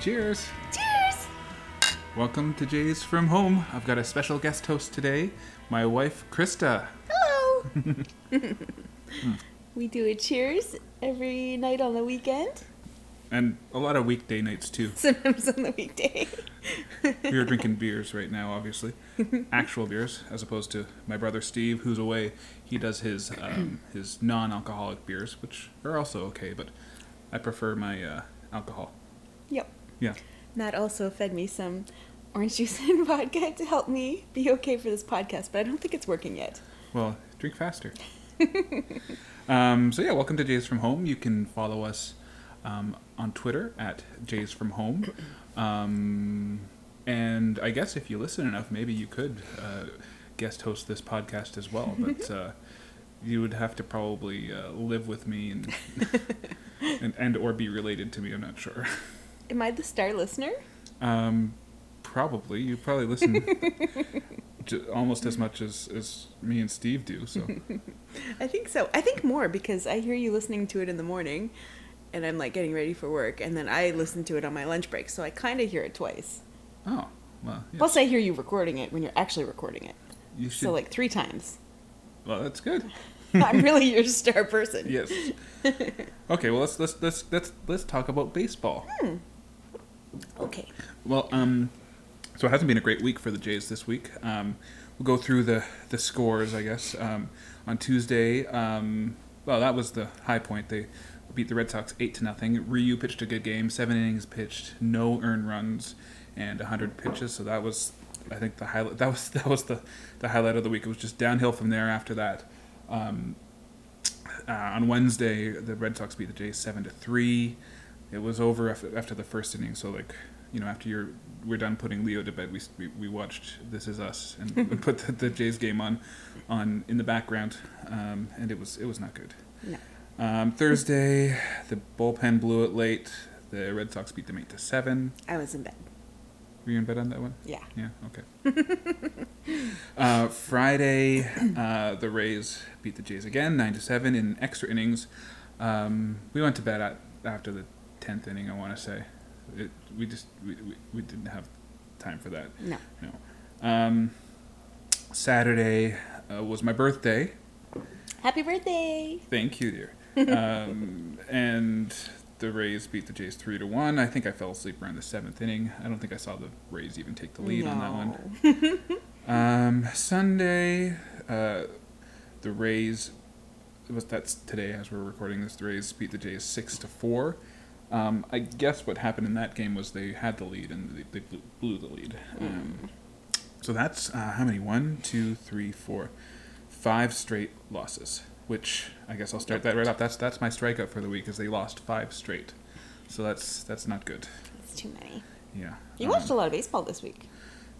Cheers. Cheers! Welcome to Jay's From Home. I've got a special guest host today, my wife, Krista. Hello! we do a cheers every night on the weekend, And a lot of weekday nights, too. sometimes on the weekday. We are drinking beers right now, obviously. Actual beers, as opposed to my brother Steve, who's away. He does his um, his non alcoholic beers, which are also okay, but I prefer my uh, alcohol. yep. Yeah. Matt also fed me some orange juice and vodka to help me be okay for this podcast, but I don't think it's working yet. Well, drink faster. um, so yeah, welcome to Jays from Home. You can follow us um, on Twitter at Jays from Home, um, and I guess if you listen enough, maybe you could uh, guest host this podcast as well. But uh, you would have to probably uh, live with me and, and and or be related to me. I'm not sure. Am I the star listener? Um, probably you probably listen. to Almost as much as, as me and Steve do, so I think so. I think more because I hear you listening to it in the morning and I'm like getting ready for work, and then I listen to it on my lunch break, so I kind of hear it twice. oh well, yeah. Plus, I hear you recording it when you're actually recording it. You should. So, like, three times. well, that's good. I'm really your star person. Yes. okay. Well, let's let's let's let's let's talk about baseball. Okay. Well, um, so it hasn't been a great week for the Jays this week. Um, we'll go through the the scores, I guess. Um, on Tuesday, um, well, that was the high point. They beat the Red Sox eight to nothing. Ryu pitched a good game, seven innings pitched, no earned runs, and hundred pitches. So that was, I think, the highlight. That was that was the the highlight of the week. It was just downhill from there after that. Um, uh, on Wednesday, the Red Sox beat the Jays seven to three. It was over after, after the first inning, so like you know, after you're we're done putting Leo to bed, we we, we watched This Is Us and we put the, the Jays game on on in the background, um, and it was it was not good. No. Um, Thursday, the bullpen blew it late. The Red Sox beat them eight to seven. I was in bed. Were you in bed on that one? Yeah. Yeah, okay. uh, Friday, uh, the Rays beat the Jays again, nine to seven in extra innings. Um, we went to bed at, after the tenth inning. I want to say, it, we just we, we, we didn't have time for that. No. No. Um, Saturday uh, was my birthday. Happy birthday. Thank you, dear. Um, and the Rays beat the Jays three to one. I think I fell asleep around the seventh inning. I don't think I saw the Rays even take the lead on that one. No. Um, Sunday, uh, the Rays. It was that's today as we're recording this. The Rays beat the Jays six to four. Um, I guess what happened in that game was they had the lead and they, they blew, blew the lead. Um, so that's uh, how many? One, two, three, four, five straight losses. Which I guess I'll start that right off. That's that's my strikeout for the week is they lost five straight. So that's that's not good. It's too many. Yeah. You Um, watched a lot of baseball this week.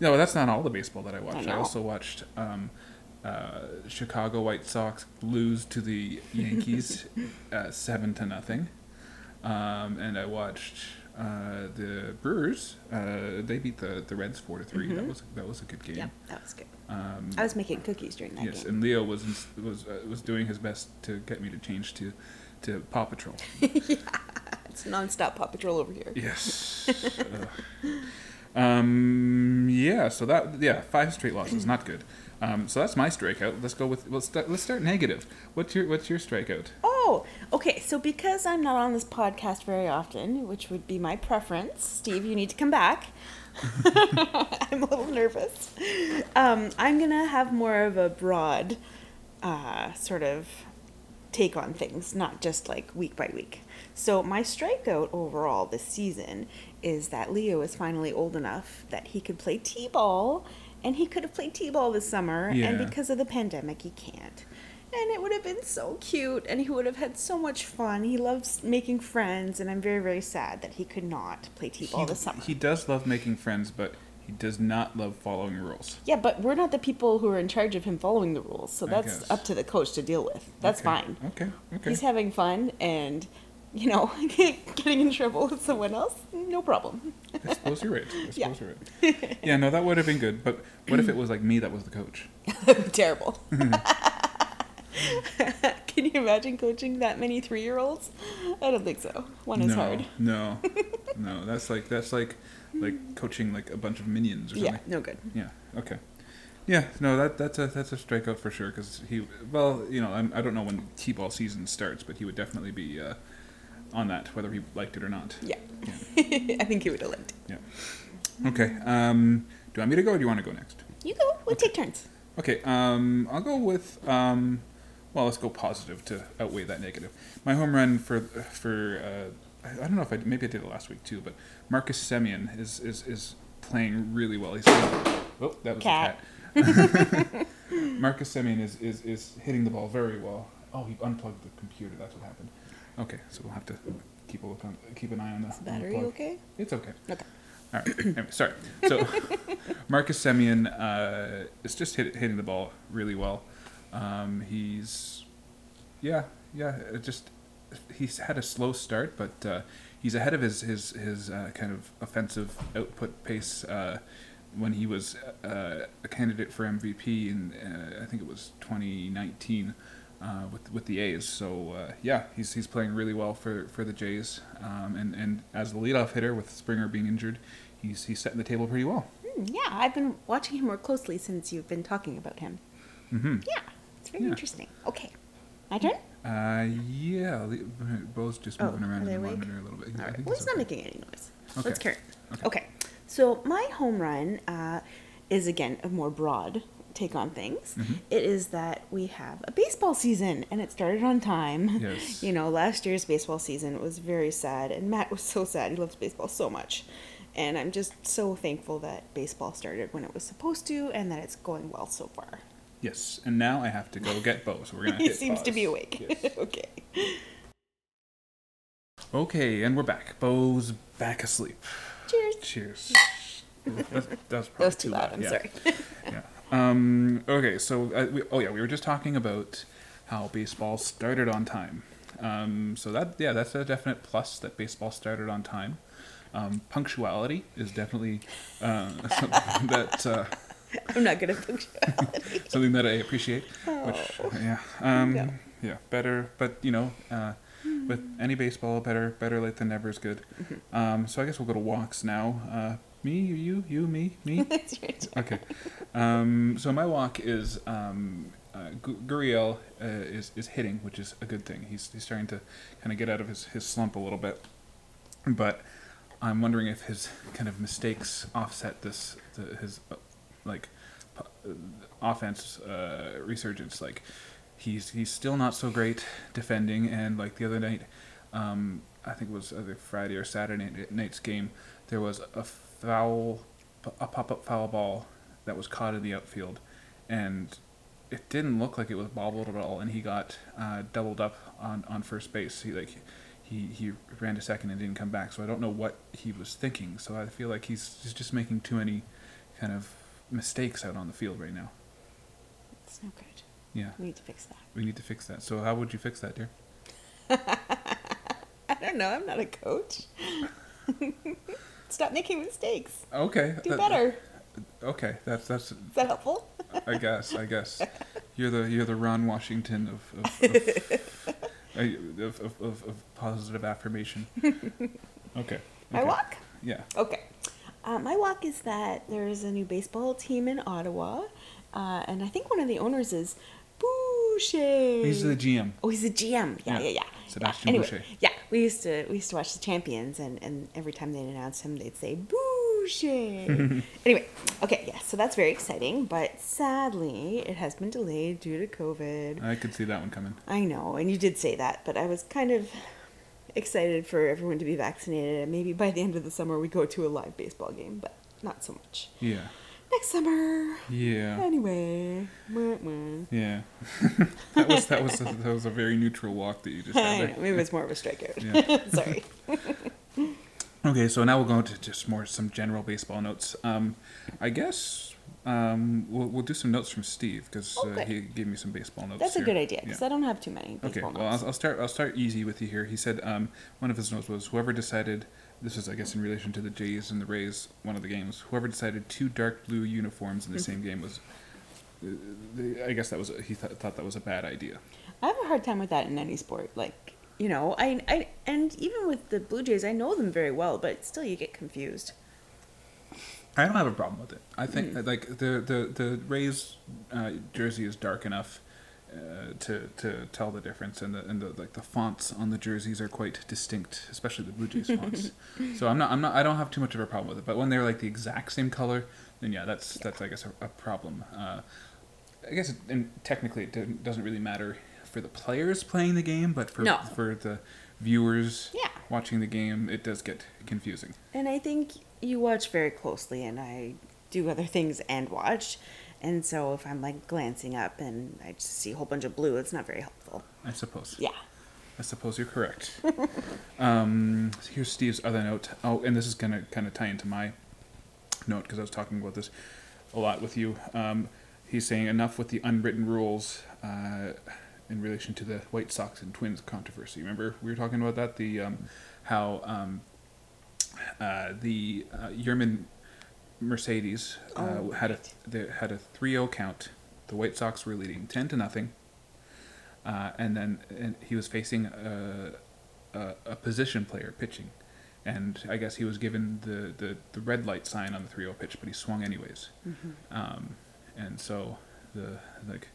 no, but that's not all the baseball that I watched. I, know. also watched um, uh, Chicago White Sox lose to the Yankees uh, seven to nothing, um, and I watched uh, the Brewers. Uh, they beat the, the Reds four to 3 That was that was a good game. Mm-hmm. Yeah, that was good. Um, I was making cookies during that yes, game. and Leo was in, was uh, was doing his best to get me to change to to Paw Patrol. It's nonstop Paw Patrol over here. Yes. Ugh. um. Yeah. So that. Yeah. Five straight losses. Not good. Um. So that's my strikeout. Let's go with. Let's start. Let's start negative. What's your What's your strikeout? Oh, okay. So because I'm not on this podcast very often, which would be my preference, Steve, you need to come back. I'm a little nervous. Um, I'm gonna have more of a broad uh, sort of take on things, not just like week by week. So my strikeout overall this season is that Leo is finally old enough that he could play t-ball, and he could have played t-ball this summer, and Yeah. because because of the pandemic he can't and it would have been so cute and he would have had so much fun he loves making friends and i'm very very sad that he could not play t-ball he, this summer he does love making friends, but he does not love following rules. yeah but we're not the people who are in charge of him following the rules so I that's guess. up to the coach to deal with that's Okay, fine Okay. Okay. he's having fun and you know getting in trouble with someone else no problem I suppose you're right. I suppose Yeah. you're right. Yeah. No, Mm-hmm. that would have been good. But what if it was like me that was the coach? terrible Can you imagine coaching that many three year olds? I don't think so. One is no, hard. No, no, that's like that's like like coaching like a bunch of minions or Yeah, something. no good. Yeah. Okay. Yeah. No, that that's a that's a strikeout for sure because he well you know I'm, I don't know when t-ball season starts but he would definitely be uh, on that whether he liked it or not. Yeah. I think he would have liked it. Yeah. Okay. Um, do you want me to go or do you want to go next? You go. We'll take turns. Okay, um, I'll go with um, well, let's go positive to outweigh that negative. My home run for for uh, I I don't know if I maybe I did it last week too, but Marcus Semyon is is, is playing really well. He's oh that was Cat. a cat. Marcus Semyon is, is is hitting the ball very well. Oh, he unplugged the computer. That's what happened. Okay, so we'll have to keep a look on keep an eye on the Is the on battery the plug. okay? It's okay. Okay. All right. Anyway, sorry. So Marcus Semyon uh, is just hit, hitting the ball really well. Um, he's yeah yeah it just he's had a slow start, but uh, he's ahead of his his his uh, kind of offensive output pace. Uh, when he was uh, a candidate for MVP in, uh, I think it was 2019, uh, with with the A's. So uh, yeah, he's he's playing really well for, for the Jays, um, and and as the leadoff hitter with Springer being injured, he's he's setting the table pretty well. Hmm, yeah, I've been watching him more closely since you've been talking about him. Mm-hmm. Yeah, it's very Yeah. interesting. Okay. My turn? Uh, yeah, the- Bo's just Oh, moving around are they in the awake? monitor a little bit. All I right. think Well, it's he's not okay. making any noise. Let's Okay. carry it. Okay. So my home run uh, is again a more broad take on things. Mm-hmm. It is that we have a baseball season and it started on time. Yes. you know, last year's baseball season was very sad, and Matt was so sad. He loves baseball so much. And I'm just so thankful that baseball started when it was supposed to and that it's going well so far. Yes, and now I have to go get Bo. So we're gonna. he hit seems to be pause. awake. Yes. okay. Okay, and we're back. Bo's back asleep. Cheers. Cheers. That's, that's That probably was too loud. I'm yeah. sorry. yeah. Um, okay, so uh, we, oh yeah, we were just talking about how baseball started on time. Um, so that yeah, that's a definite plus that baseball started on time. Um, punctuality is definitely uh, something that uh, I'm not going to push something that I appreciate. Which yeah, um, No. yeah, better. But you know, uh, with any baseball, better better late than never is good. Um, so I guess we'll go to walks now. Uh, me, you, you, me, me. It's your turn. okay. Um, so my walk is um, uh, Gu- Gurriel uh, is is hitting, which is a good thing. He's he's starting to kind of get out of his, his slump a little bit, but I'm wondering if his kind of mistakes offset this the, his uh, like p- uh, offense uh, resurgence. Like he's he's still not so great defending, and like the other night, um, I think it was either Friday or Saturday night- night's game, there was a foul, a pop up foul ball that was caught in the outfield, and it didn't look like it was bobbled at all, and he got uh, doubled up on, on first base. He like he he ran to second and didn't come back. So I don't know what he was thinking. So I feel like he's he's just making too many kind of mistakes out on the field right now. It's no good. Yeah, We need to fix that. we need to fix that. So how would you fix that, dear? I don't know. I'm not a coach. Stop making mistakes. Okay, Do that- better. Okay, that's that's Is that helpful? I guess I guess you're the you're the Ron Washington of of of, I- of, of, of, of positive affirmation. Okay. My okay. walk? Yeah. Okay. Uh, my walk is that there is a new baseball team in Ottawa, uh, and I think one of the owners is Boucher. He's the GM. Oh, he's a GM. Yeah, yeah, Yeah. yeah. Sebastian yeah. Anyway, Boucher. Yeah, we used to we used to watch the champions, and and every time they'd announce him, they'd say Boucher. anyway, okay, yeah. So that's very exciting, but sadly, it has been delayed due to COVID. I could see that one coming. I know, and you did say that, but I was kind of excited for everyone to be vaccinated, and maybe by the end of the summer we go to a live baseball game, but not so much. Yeah. Next summer. Yeah. Anyway. Wah, wah. Yeah. that was that was a, that was a very neutral walk that you just I had know, there. maybe it's more of a strikeout. Yeah. Sorry. Okay, so now we'll go into just more some general baseball notes. Um, I guess um, we'll we'll do some notes from Steve because Oh, uh, good. he gave me some baseball notes. That's a here. good idea Yeah. because I don't have too many Okay, baseball well, I'll, notes. I'll start. I'll start easy with you here. He said um, one of his notes was whoever decided this is, I guess, in relation to the Jays and the Rays, one of the games. Whoever decided two dark blue uniforms in the same game was I guess that was a, he th- thought that was a bad idea. I have a hard time with that in any sport. Like, you know, I, I and even with the Blue Jays, I know them very well, but still you get confused. I don't have a problem with it. I think Hmm. that, like the the the Rays uh, jersey is dark enough uh, to to tell the difference, and the and the like the fonts on the jerseys are quite distinct, especially the Blue Jays fonts. so I'm not I'm not I don't have too much of a problem with it. But when they're like the exact same color, then yeah, that's that's I guess a, a problem. Uh, I guess it, and technically it didn't- doesn't really matter for the players playing the game, but for No. for the viewers Yeah. watching the game, it does get confusing. And I think you watch very closely, and I do other things and watch. And so if I'm like glancing up and I just see a whole bunch of blue, it's not very helpful. I suppose. Yeah. I suppose you're correct. um, here's Steve's other note. Oh, and this is going to kind of tie into my note because I was talking about this a lot with you. Um, he's saying enough with the unwritten rules uh, in relation to the White Sox and Twins controversy. Remember we were talking about that? The um, how um, uh, the uh, Yerman Mercedes uh, Oh, had a they had a 3-0 count. The White Sox were leading ten to nothing, uh, and then and he was facing a, a, a position player pitching, and I guess he was given the, the, the red light sign on the 3-0 pitch, but he swung anyways, um, and so the like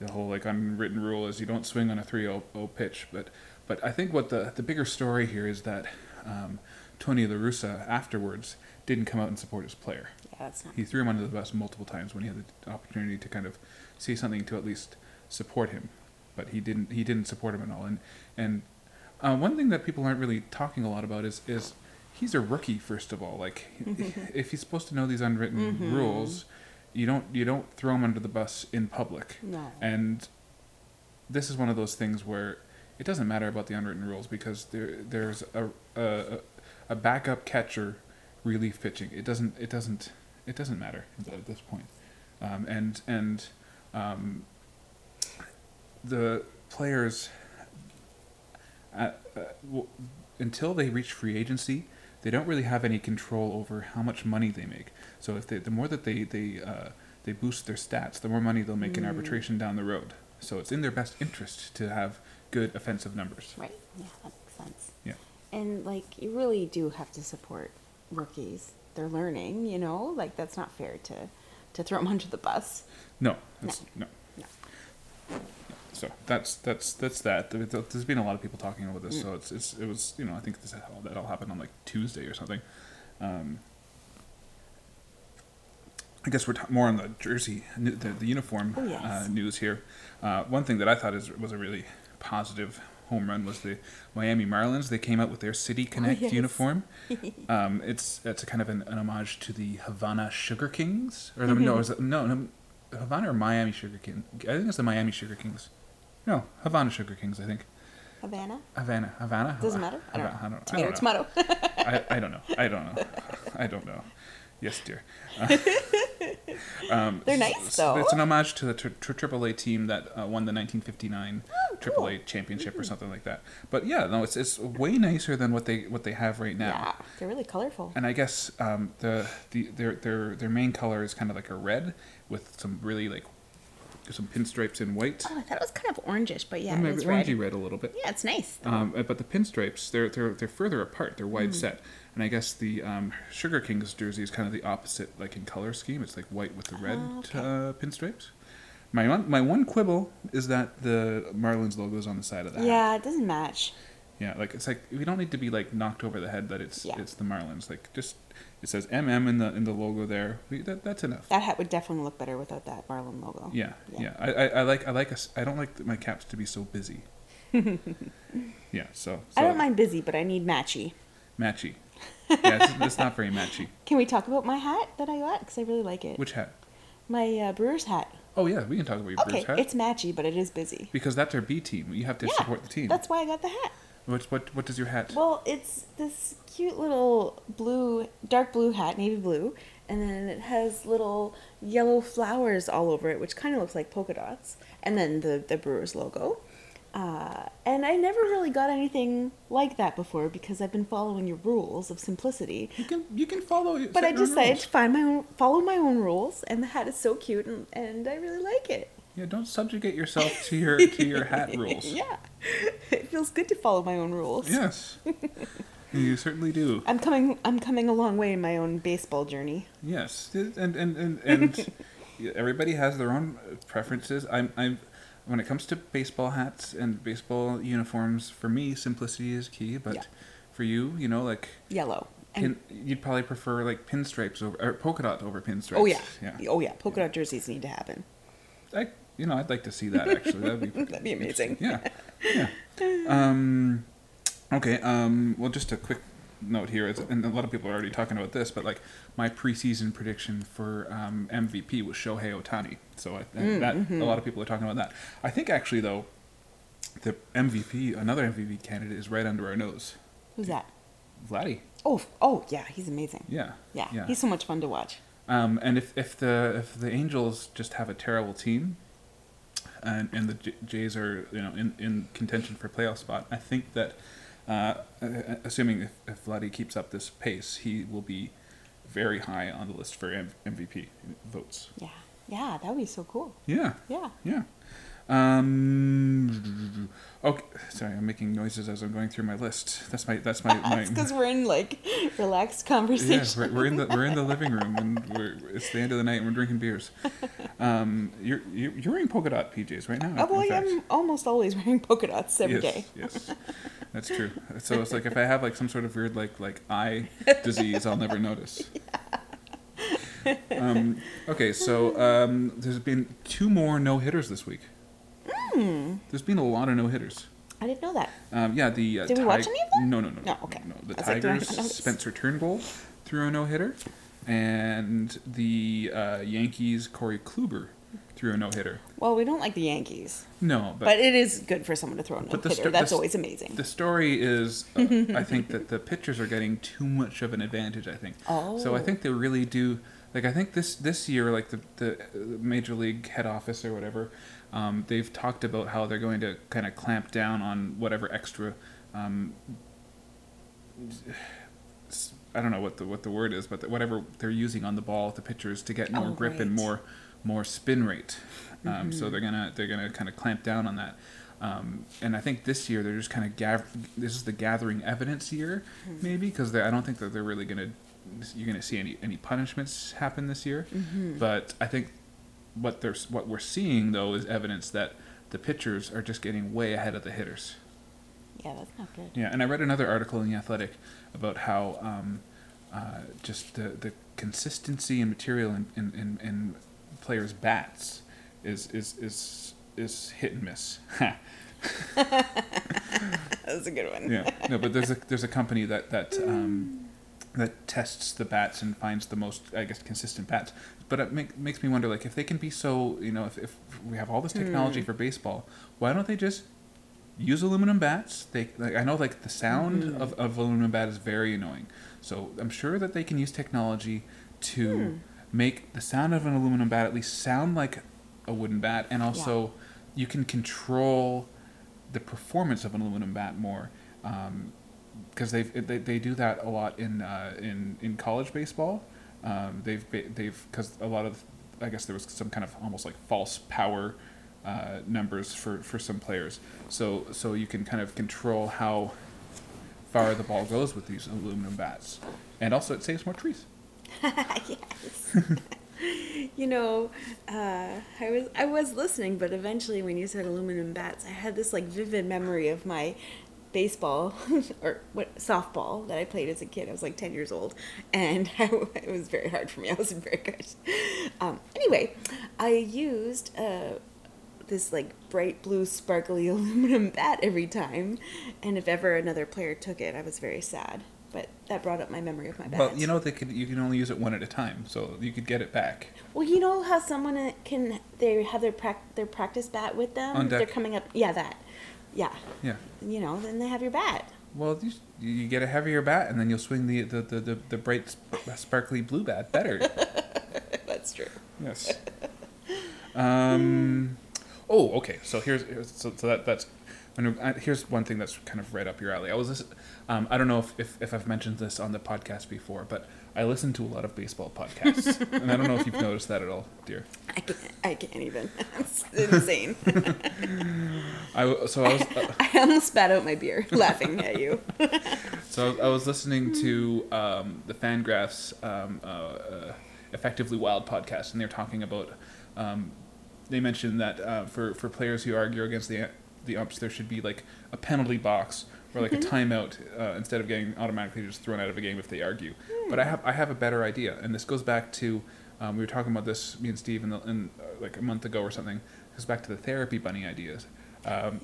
the whole like unwritten rule is you don't swing on a 3-0 pitch but but i think what the the bigger story here is that um, tony La Russa afterwards didn't come out and support his player Yeah, that's not. he threw him under the bus multiple times when he had the opportunity to kind of say something to at least support him but he didn't he didn't support him at all and and uh, one thing that people aren't really talking a lot about is is he's a rookie first of all like if he's supposed to know these unwritten rules you don't you don't throw him under the bus in public No. and this is one of those things where it doesn't matter about the unwritten rules because there there's a a, a backup catcher relief pitching. It doesn't it doesn't it doesn't matter at this point. Um, and and um, the players uh, uh, w- until they reach free agency, they don't really have any control over how much money they make. So if they, the more that they they uh, they boost their stats, the more money they'll make in arbitration down the road. So it's in their best interest to have good offensive numbers. Right? Yeah, that makes sense. Yeah. And like, you really do have to support rookies. They're learning, you know? Like, that's not fair to, to throw them under the bus. No, that's, no. No. So that's that's that's that. There- there- There's been a lot of people talking about Mm. this. So it's, it's it was you know I think this all that all happened on like Tuesday or something. Um, I guess we're ta- more on the jersey, n- the, the uniform Oh, yes. uh, news here. Uh, one thing that I thought is, was a really positive home run was the Miami Marlins. They came out with their City Connect Oh, yes. uniform. um, it's it's a kind of an, an homage to the Havana Sugar Kings, or the, Mm-hmm. no, is it, no, no, Havana or Miami Sugar King. I think it's the Miami Sugar Kings. No, Havana Sugar Kings. I think Havana? Havana, Havana. Doesn't Hava- matter? I don't know. Hava- I tomato, don't know. tomato. I, I don't know. I don't know. I don't know. Yes, dear. Uh, um, They're s- nice, s- though. It's an homage to the tri- tri- AAA team that uh, won the 1959 Oh, cool. Mm-hmm. AAA championship or something like that. But yeah, no, it's it's way nicer than what they what they have right now. yeah. They're really colorful. And I guess um, the, the their their their main color is kind of like a red with some really like some pinstripes in white. Oh, I thought it was kind of orangish, but yeah, And it maybe is red. orangey red a little bit. Yeah, it's nice. Um, uh, but the pinstripes, they're they're they're further apart. Mm-hmm. They're wide set, and I guess the um, Sugar Kings jersey is kind of the opposite, like in color scheme. It's like white with the red Ah, okay. uh, pinstripes. My one my one quibble is that the Marlins logo is on the side of the hat. Yeah, it doesn't match. Yeah, like it's like we don't need to be like knocked over the head that it's Yeah. it's the Marlins. Like just it says MM in the in the logo there. We, that that's enough. That hat would definitely look better without that Marlin logo. Yeah, Yeah. yeah. I, I, I like I like us. I don't like my caps to be so busy. yeah, so, so I don't mind busy, but I need matchy. matchy. Yeah, it's, it's not very matchy. Can we talk about my hat that I got? Because I really like it. Which hat? my uh, Brewers hat. Oh yeah, we can talk about your okay, Brewers hat it's matchy, but it is busy. because that's our B team. You have to yeah, support the team. That's why I got the hat. What what what does your hat? Well, it's this cute little blue, dark blue hat, navy blue, and then it has little yellow flowers all over it, which kind of looks like polka dots, and then the, the Brewers logo. Uh, and I never really got anything like that before because I've been following your rules of simplicity. You can you can follow. set But I your own decided rules. to find my own, follow my own rules, and the hat is so cute, and, and I really like it. Yeah, don't subjugate yourself to your to your hat rules. yeah, it feels good to follow my own rules. Yes, you certainly do. I'm coming. I'm coming a long way in my own baseball journey. Yes, and and and and everybody has their own preferences. I'm I'm when it comes to baseball hats and baseball uniforms. For me, simplicity is key. But Yeah. for you, you know, like Yellow. And, pin, you'd probably prefer like pinstripes over or polka dot over pinstripes. oh yeah. yeah. Oh yeah. Polka dot jerseys need to happen. I you know I'd like to see that actually. That'd be That'd be amazing. Yeah, yeah. Um, okay. Um, well, just a quick note here, it's- and a lot of people are already talking about this, but like my preseason prediction for um, MVP was Shohei Otani. So I, I, Mm, that mm-hmm. a lot of people are talking about that. I think actually though, the MVP, another MVP candidate, is right under our nose. Who's that? Vladdy. Oh, f- oh yeah. He's amazing. Yeah. Yeah. He's so much fun to watch. Um, and if, if the if the Angels just have a terrible team, and and the J- Jays are you know in, in contention for playoff spot, I think that uh, a- a- assuming if, if Vladdy keeps up this pace, he will be very high on the list for M- MVP votes. Yeah. Yeah. That would be so cool. Yeah, Yeah. yeah. Um, okay, sorry, I'm making noises as I'm going through my list. That's my that's my my. That's because we're in like relaxed Yeah, conversation. we're, we're in the we're in the living room and we're, it's the end of the night and we're drinking beers. Um, you're you're you're wearing polka dot PJs right now. Oh, well, in yeah, fact. I'm almost always wearing polka dots every yes, day. yes, that's true. So it's like if I have like some sort of weird like like eye disease, I'll never notice. Um, okay, so um, there's been two more no hitters this week. Hmm. There's been a lot of no hitters. I didn't know that. Um, yeah, the uh, Did we watch Ti- any of them? No, no, no, No, okay. No, the I was like, do I Tigers. notice? Spencer Turnbull threw a no hitter, and the uh, Yankees. Corey Kluber threw a no hitter. Well, we don't like the Yankees, No, but, but, it is good for someone to throw a no But the hitter. sto- That's the- always amazing. the story is, uh, I think that the pitchers are getting too much of an advantage. I think. So I Oh. think they really do. Like I think this this year, like the the uh, major league head office or whatever, um, they've talked about how they're going to kind of clamp down on whatever extra um, s- I don't know what the what the word is, but the, whatever they're using on the ball, the pitchers to get more Oh, grip and right. Mm-hmm. more more spin rate. Um, So they're gonna they're gonna kind of clamp down on that. Um, and I think this year they're just kind of gath- this is the gathering evidence year, Mm-hmm. maybe because I don't think that they're really gonna you're gonna see any any punishments happen this year. Mm-hmm. But I think what there's what we're seeing though is evidence that the pitchers are just getting way ahead of the hitters. yeah, that's not good. Yeah, and I read another article in the Athletic about how um, uh, just the, the consistency and material in, in, in, in players' bats is is is is hit and miss. That's a good one. yeah, no, but there's a there's a company that that um, that tests the bats and finds the most I guess consistent bats. But it make, makes me wonder like if they can be so you know if, if we have all this technology for baseball, why don't they just use aluminum bats. They like I know like the sound of, of aluminum bat is very annoying. So I'm sure that they can use technology to make the sound of an aluminum bat at least sound like a wooden bat and also you can control the performance of an aluminum bat more. Um, because they they they do that a lot in uh, in in college baseball. Um, they've ba- they've because a lot of I guess there was some kind of almost like false power uh, numbers for for some players. So so you can kind of control how far the ball goes with these aluminum bats, and also it saves more trees. yes. you know, uh, I was I was listening, but eventually, when you said aluminum bats, I had this like vivid memory of my baseball or what softball that I played as a kid. I was like ten years old, and I, w- it was very hard for me. I wasn't very good. Um, anyway, I used. Uh, this like bright blue sparkly aluminum bat every time and if ever another player took it i was very sad but that brought up my memory of my bat But you know they could you can only use it one at a time, so you could get it back. Well, you know how someone uh, can they have their prac- their practice bat with them. On deck. They're coming up. Yeah, that. Yeah, Yeah. you know. Then they have your bat. Well, you, you get a heavier bat, and then you'll swing the the, the, the, the bright, sp- sparkly blue bat better. That's true. Yes. Um, oh, okay. So here's, here's so, so that that's And I, here's one thing that's kind of right up your alley. I was, lis- um, I don't know if, if, if I've mentioned this on the podcast before, but I listen to a lot of baseball podcasts, and I don't know if you've noticed that at all, dear. I can't, I can't even. It's insane. I w- so I was uh, I almost spat out my beer laughing at you. so I was listening to um, the Fangraphs um, uh, uh, Effectively Wild podcast, and they're talking about. Um, they mentioned that uh, for for players who argue against the the umps, there should be like a penalty box or like a timeout uh, instead of getting automatically just thrown out of a game if they argue. But I have I have a better idea, and this goes back to um, we were talking about this me and Steve in, the, in uh, like a month ago or something. It goes back to the therapy bunny ideas. Um,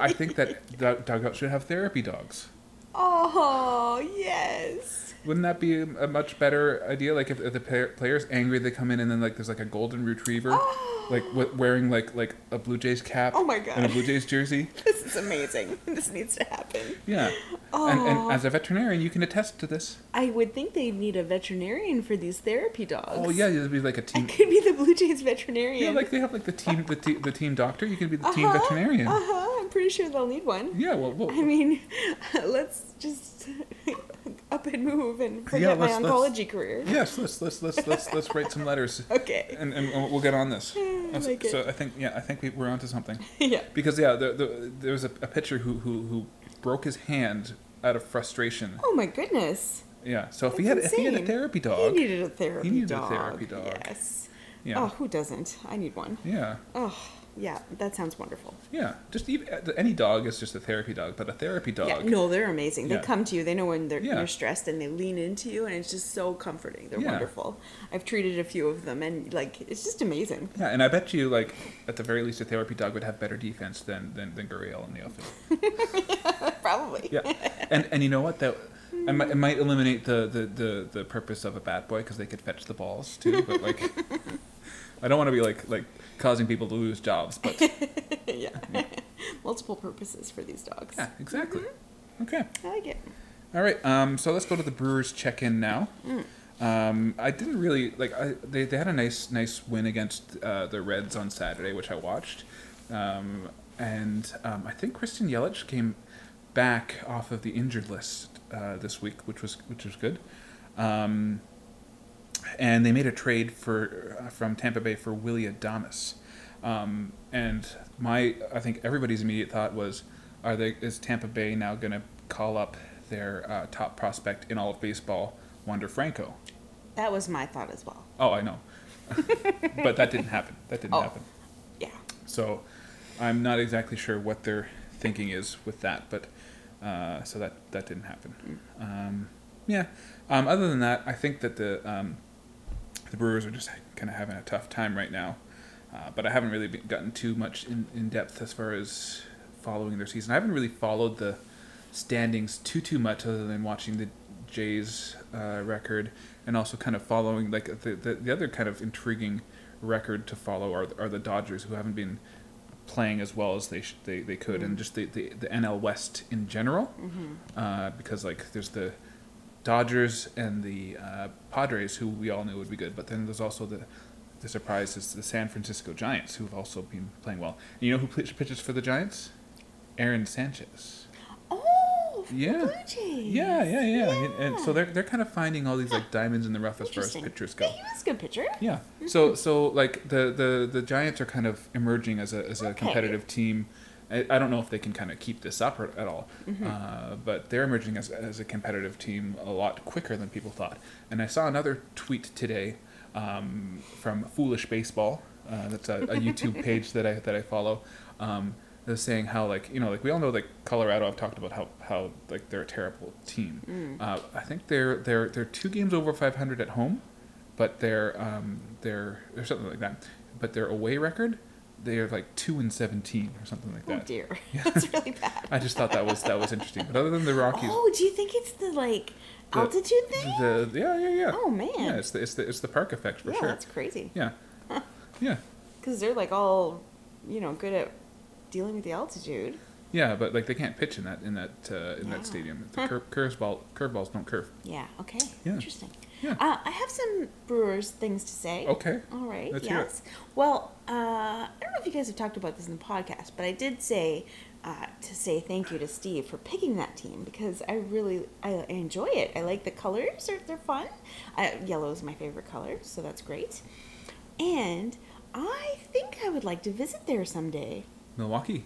I think that dog- dugouts should have therapy dogs. Oh, yes. Wouldn't that be a, a much better idea? Like if, if the player, player's angry, they come in and then like there's like a golden retriever, like w- wearing like like a Blue Jays cap. Oh my And a God. Blue Jays jersey. This is amazing. This needs to happen. Oh, Yeah. And, and as a veterinarian, you can attest to this. I would think they need a veterinarian for these therapy dogs. Oh yeah, you'd be like a I team. could be the Blue Jays veterinarian. Yeah, like they have like the team the, te- the team doctor. You can be the team veterinarian. Uh huh. I'm pretty sure they'll need one. Yeah. Well. well I mean, let's just up and move and forget my let's- let's- oncology career. yes. Let's let's let's let's let's write some letters, Okay. and, and we'll get on this. I like it. so I think yeah, I think we, we're onto something. yeah. Because yeah, the, the, there was a, a pitcher who, who who broke his hand out of frustration. Oh my goodness. Yeah. So if he had That's if he had a insane. therapy dog, He needed a therapy needed a dog. therapy dog. Yes. yeah, Oh, who doesn't? I need one. yeah, Oh, yeah. That sounds wonderful. yeah. Just even, uh, any dog is just a therapy dog, but a therapy dog. Yeah. No, they're amazing. Yeah. They come to you. They know when they're, Yeah. you're stressed, and they lean into you, and it's just so comforting. They're Yeah. wonderful. I've treated a few of them, and like it's just amazing. Yeah, and I bet you, like, at the very least, a therapy dog would have better defense than than, than Gurriel in the outfield. Probably. Yeah, and and you know what? That I might, it might eliminate the, the, the, the purpose of a bat boy because they could fetch the balls too. But like, I don't want to be like like causing people to lose jobs. But yeah. Multiple purposes for these dogs. yeah, exactly. Mm-hmm. Okay. I like it. All right. Um, so let's go to the Brewers check-in now. Um, I didn't really like. I, they they had a nice nice win against uh, the Reds on Saturday, which I watched. Um, and um, I think Christian Yelich came back off of the injured list uh, this week, which was which was good. Um, and they made a trade for uh, from Tampa Bay for Willie Adamas. Um, and my, I think everybody's immediate thought was, are they? Is Tampa Bay now going to call up their uh, top prospect in all of baseball, Wander Franco? That was my thought as well. Oh, I know, but that didn't happen. That didn't Oh. happen. Yeah. So, I'm not exactly sure what their thinking is with that, but uh, so that that didn't happen. Um, yeah. Um, other than that, I think that the um, the Brewers are just kind of having a tough time right now. Uh, but I haven't really been, gotten too much in, in depth as far as following their season. I haven't really followed the standings too too much, other than watching the Jays uh, record and also kind of following like the, the the other kind of intriguing record to follow are are the Dodgers who haven't been playing as well as they sh- they, they could and just the, the, the NL West in general uh, because like there's the Dodgers and the uh, Padres, who we all knew would be good, but then there's also the the surprise is the San Francisco Giants, who've also been playing well. And you know who pitch- pitches for the Giants? Aaron Sanchez. Oh, for Yeah. the Blue Jays. Yeah, yeah, yeah. And, and so Yeah. they're they're kind of finding all these like diamonds in the rough as far as Interesting. pitchers Yeah, go. he was a good pitcher. Yeah. So so like the the the Giants are kind of emerging as a as a Okay. competitive team. I, I don't know if they can kind of keep this up or, at all, uh, but they're emerging as as a competitive team a lot quicker than people thought. And I saw another tweet today um, from Foolish Baseball. Uh, that's a, a YouTube page that I that I follow. Um, they're saying how like you know like we all know like Colorado. I've talked about how how like they're a terrible team. Uh, I think they're they're they're two games over 500 at home but their um their or something like that. But their away record, they are like two and seventeen or something like Oh that. dear, that's really bad. I just thought that was that was interesting. But other than the Rockies, Oh, do you think it's the like The- altitude thing? the yeah yeah yeah. Oh, man. yeah, it's the it's the it's the park effect for yeah, sure. that's crazy. Yeah, yeah, Because they're like all, you know, good at dealing with the altitude. yeah. But like they can't pitch in that in that uh, in Yeah. that stadium. The cur- curveball curveballs don't curve. Yeah. Okay. Yeah. Interesting. Yeah. Uh, I have some Brewers things to say. Okay. All right. Let's hear it. yes. Well, uh, I don't know if you guys have talked about this in the podcast, but I did say uh, to say thank you to Steve for picking that team because I really I enjoy it. I like the colors; they're, they're fun. Uh, yellow is my favorite color, so that's great. And I think I would like to visit there someday. Milwaukee.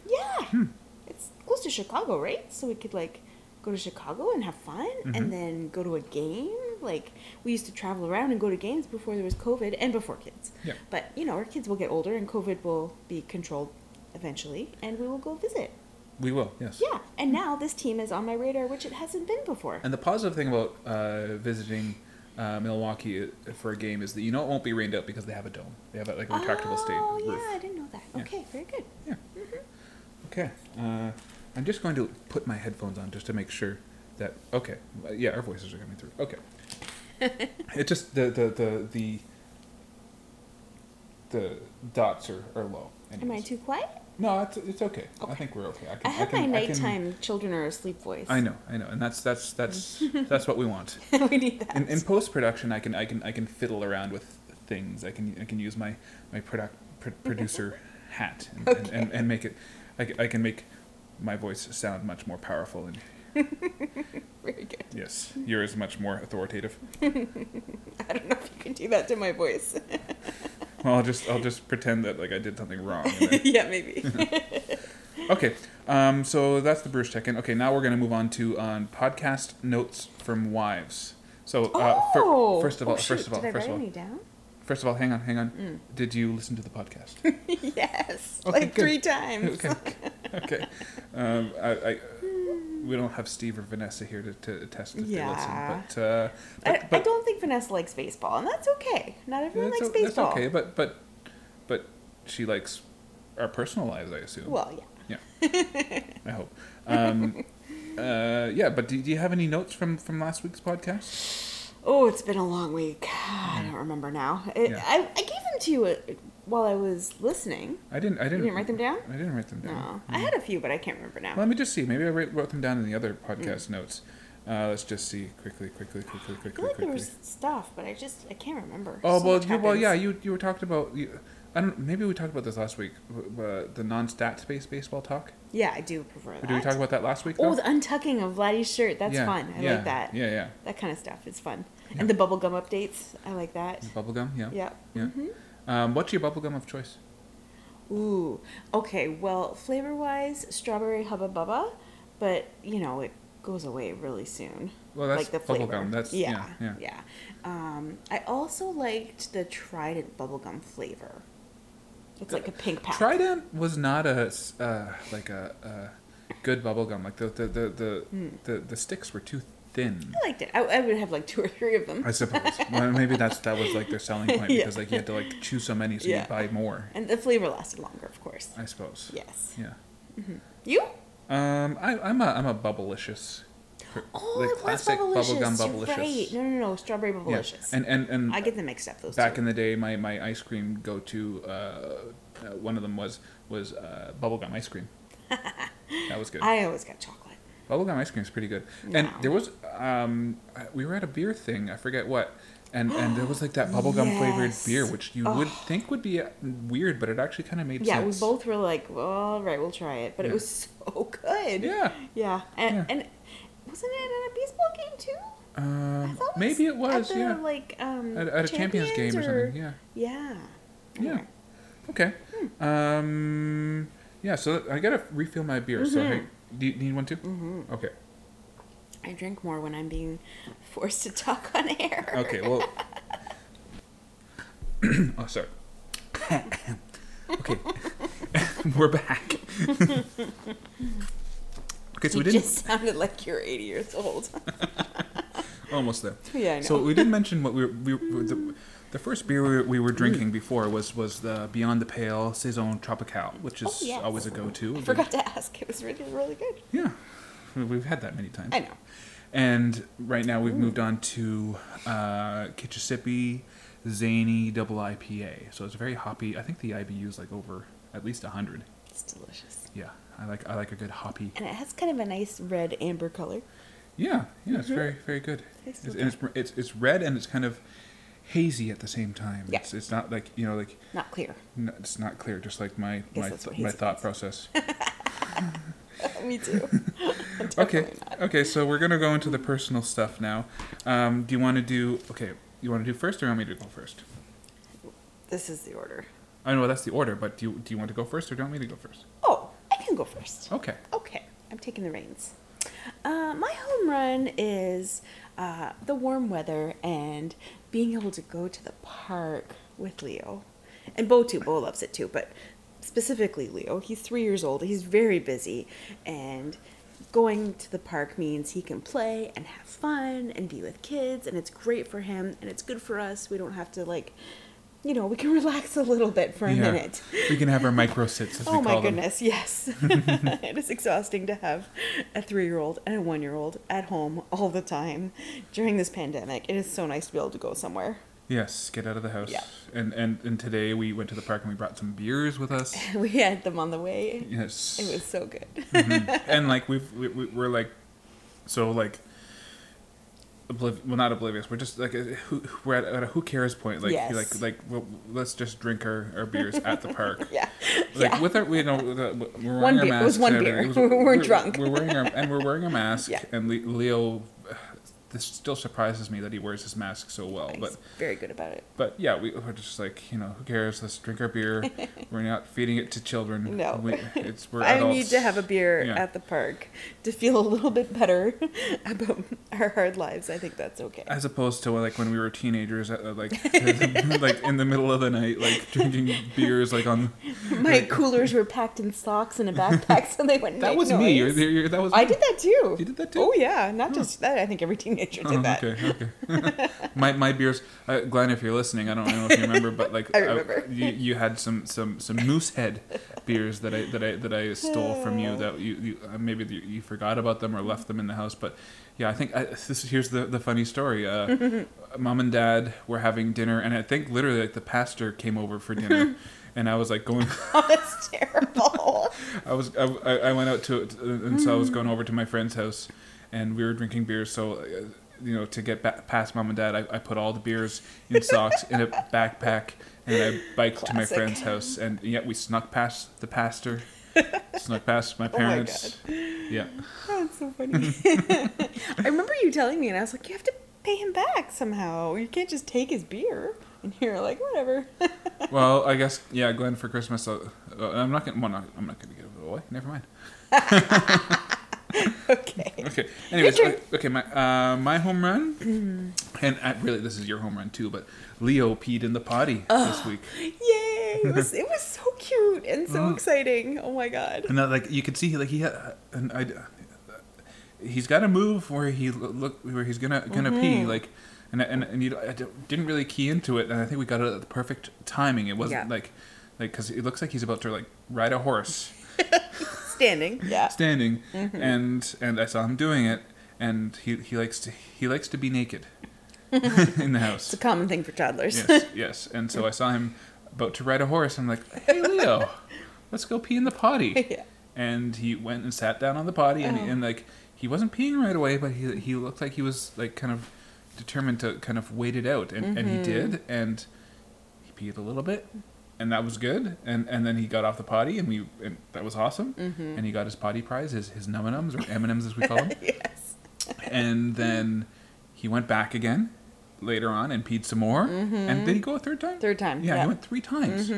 Hmm. Yeah. It's close to Chicago, right? So we could like go to Chicago and have fun Mhm. and then go to a game. Like we used to travel around and go to games before there was COVID and before kids. Yeah. But you know, our kids will get older and COVID will be controlled eventually and we will go visit. We will. Yes. Yeah. And now this team is on my radar which it hasn't been before. And the positive thing about uh, visiting uh, Milwaukee for a game is that you know it won't be rained out because they have a dome. They have like a retractable state Oh roof. yeah, I didn't know that. Yeah. Okay, very good. Yeah. Mm-hmm. Okay. Uh, I'm just going to put my headphones on just to make sure that okay. Uh, Yeah, our voices are coming through. Okay. it just the the the the, the dots are, are low. Am I anyways. too quiet? No, it's it's okay. I Okay. think we're okay. I, can, I have can, my I can- nighttime children are asleep voice. I know, I know, and that's that's that's that's what we want. we need that. In, in post production, I can I can I can fiddle around with things. I can I can use my my product pr- producer hat and, and, and, and make it. I, c- I can make my voice sound much more powerful and very good. yes, yours much more authoritative. I don't know if you can do that to my voice. Well, I'll just I'll just pretend that like I did something wrong. and then- yeah, maybe. okay, um, so that's the Bruce check-in. Okay, now we're gonna move on to um, podcast notes from wives. So uh, fir- first of all, Oh, first shoot, of all, did I first write of all, any down? First of all, hang on, hang on. Did you listen to the podcast? yes, Okay, like good. three times. okay, okay. Um, I, I, we don't have Steve or Vanessa here to, to attest that they Yeah. listen, but, uh, but, I, but I don't think Vanessa likes baseball, and that's okay. Not everyone that's likes o- that's baseball. okay. But but but she likes our personal lives, I assume. Well, yeah. I hope. Um, uh, yeah, but do, do you have any notes from from last week's podcast? Oh, it's been a long week. I don't remember now. It, Mm. Yeah. I, I gave them to you uh, while I was listening. I didn't. I didn't, Mm. didn't write them down? I didn't write them No, down. Mm-hmm. I had a few, but I can't remember now. Let me just see. Maybe I wrote, wrote them down in the other Mm. podcast notes. Uh, let's just see quickly, quickly, quickly, I quickly, feel like there quickly. was stuff, but I just I can't remember. Oh So well, much you, well, happens. yeah. You you were talking about. You, I don't. Maybe we talked about this last week. w- Uh, the non-stat space baseball talk. Yeah, I do prefer that. Or did we talk about that last week? Oh, Though? the untucking of Vladdy's shirt. That's Yeah, fun. I yeah, like that. Yeah, yeah. That kind of stuff is fun. And the bubblegum updates. I like that. Bubblegum. Yeah. Yeah. Mm-hmm. Yeah. Um, what's your bubblegum of choice? Ooh. Okay, well, flavor wise, strawberry hubba bubba, but you know, it goes away really soon. Well, that's like the bubblegum. flavor. That's- yeah, yeah, yeah. Um, I also liked the Trident bubblegum flavor. It's like a pink pack. Uh, Trident was not a s- uh, like a, a good bubblegum. Like the the the the, Hmm. the the sticks were too thin. I liked it. I, I would have like two or three of them. I suppose. well, maybe that's that was like their selling point Yeah. because like you had to like chew so many, so Yeah. you buy more. And the flavor lasted longer, of course. I suppose. Yes. Yeah. You? Um, I, I'm a I'm a bubblicious. per- Oh, like it was classic bubblicious. bubblegum You're bubblicious. right. No, no, no. Strawberry Yeah. bubblicious. And and and I get them mixed up. Those back two. in the day, my, my ice cream go to uh, uh, one of them was was uh, bubblegum ice cream. that was good. I always got chocolate. bubblegum ice cream is pretty good. And No. there was um, I- we were at a beer thing. I forget what. And, and there was like that bubblegum flavored beer, Yes. which you would think would be uh, weird, but it actually kind of made Yeah, sense. we both were like, well, all right, we'll try it. But Yeah. it was so good. Yeah. Yeah. And, Yeah. and wasn't it at a baseball game too? I Um, thought maybe it was. At the, yeah. Like, um, at, at a champions, game or something. Yeah. Yeah. Yeah. Okay. Okay. Um, yeah, so I gotta refill my beer. So Mm-hmm. hey, do you need one too? Mm-hmm. Okay. I drink more when I'm being forced to talk on air. Okay. Well. oh, sorry. okay, we're back. okay, so you we didn't just sounded like you're 80 years old. almost there. yeah, I know. So we didn't mention what we were, we were the, the first beer we were, we were Mm. drinking before was was the Beyond the Pale Saison Tropicale, which is Oh, yes. always a go-to. I forgot to ask. It was really, really good. Yeah, We- we've had that many times. I know. And right now we've moved on to uh, Kitchissippi Zany Double IPA. So it's very hoppy. I think the IBU is like over at least hundred. It's delicious. Yeah, I like I like a good hoppy. And it has kind of a nice red amber color. Yeah, yeah, it's very very good. Mm-hmm. Tastes It's, so and it's, it's it's red and it's kind of hazy at the same time. Yeah. It's, it's not like you know like Not clear. n- it's not clear. Just like my Guess my that's what my hazy thought process. Me too. okay, Definitely okay. So we're gonna go Mm-hmm. into the personal stuff now. Um, do you want to do okay? You want to do first, or you want me to go first? This is the order. I know that's the order, but do you, do you want to go first, or do you want me to go first? Oh, I can go first. Okay. Okay, I'm taking the reins. Uh, my home run is uh, the warm weather and being able to go to the park with Leo. And Bo too. Bo loves it too, but specifically Leo. He's three years old. He's very busy, and going to the park means he can play and have fun and be with kids, and it's great for him and it's good for us. We don't have to like, you know, we can relax a little bit for a Yeah. minute. We can have our micro sits as Oh we call my them. goodness, yes. it is exhausting to have a three year old and a one year old at home all the time during this pandemic. It is so nice to be able to go somewhere. Yes, get out of the house. Yeah. And, and and today we went to the park and we brought some beers with us. We had them on the way. Yes. It was so good. Mhm. and like we've we, we, we're like so like obliv- well not oblivious we're just like uh, who, we're at, at a who cares point like Yes. like like well, let's just drink our, our beers at the park Yeah. like yeah. with our we know with our- we're wearing One our beer- it masks was one and beer. everything. We're drunk. we're wearing our and we're wearing a mask Yeah. and Le- Leo uh, this still surprises me that he wears his mask so well but He's very good about it. but yeah, we are just like you know, who cares? Let's drink our beer. we're not feeding it to children. No. we, it's we're I adults. need to have a beer Yeah. at the park to feel a little bit better about our hard lives. I think that's okay. as opposed to like when we were teenagers, uh, uh, like like in the middle of the night, like drinking beers, like on. My coolers were packed in socks and a backpack, so they went. That make was me. You're, noise. you're, that was. I me. did that too. You did that too? Oh yeah, not Huh. just that. I think every teenager did Oh, that. okay, okay. my my beers, uh, Glenn. If you're listening, I don't know if you remember, but like I remember. you, you had some some some Moosehead beers that I that I that I stole from you that you, you uh, maybe you, you forgot about them or left them in the house. But yeah, I think I, this is- here's the the funny story. Uh, Mom and Dad were having dinner, and I think literally like the pastor came over for dinner, and I was like going. Oh, that's terrible. I was I, I I went out to and so I Mm. was going over to my friend's house, and we were drinking beers. So, uh, you know, to get ba- past mom and dad, I, I put all the beers in socks in a backpack, and I biked to my Classic. friend's house. And yet we snuck past the pastor, snuck past my Oh my parents. yeah, that's so funny. I remember you telling me, and I was like, you have to pay him back somehow. You can't just take his beer. And you're like, whatever. well, I guess yeah. Glenn for Christmas. Uh, uh, I'm not gonna. Well, not, I'm not gonna give it away. Never mind. okay. Okay. Anyways, turn. Mm-hmm. okay, okay, my uh, my home run, and I, really this is your home run too. But Leo peed in the potty this week. Yay! It was it was so cute and so Mm. exciting. Oh my god. And that, like you could see, like he had, and I, he's got a move where he lo- look where he's gonna gonna pee, Mm-hmm. like, and and and you, I don't- didn't really key into it, and I think we got it at the perfect timing. It wasn't Yeah. like, like because it looks like he's about to like ride a horse Standing. Yeah. Mm-hmm. standing, and and I saw him doing it, and he he likes to he likes to be naked in the house. It's a common thing for toddlers. yes, yes. And so I saw him about to ride a horse. I'm like, hey Leo, let's go pee in the potty yeah. and he went and sat down on the potty and, Oh. and like he wasn't peeing right away but he, he looked like he was like kind of determined to kind of wait it out and, and he Mm-hmm. did and he peed a little bit and that was good and and then he got off the potty and we and that was awesome Mm-hmm. and he got his potty prize his his num nums or m&ms as we call them Yes. and then he went back again later on and peed some more and did he go a third time Mm-hmm. Third time. Mm-hmm. yeah, he went three times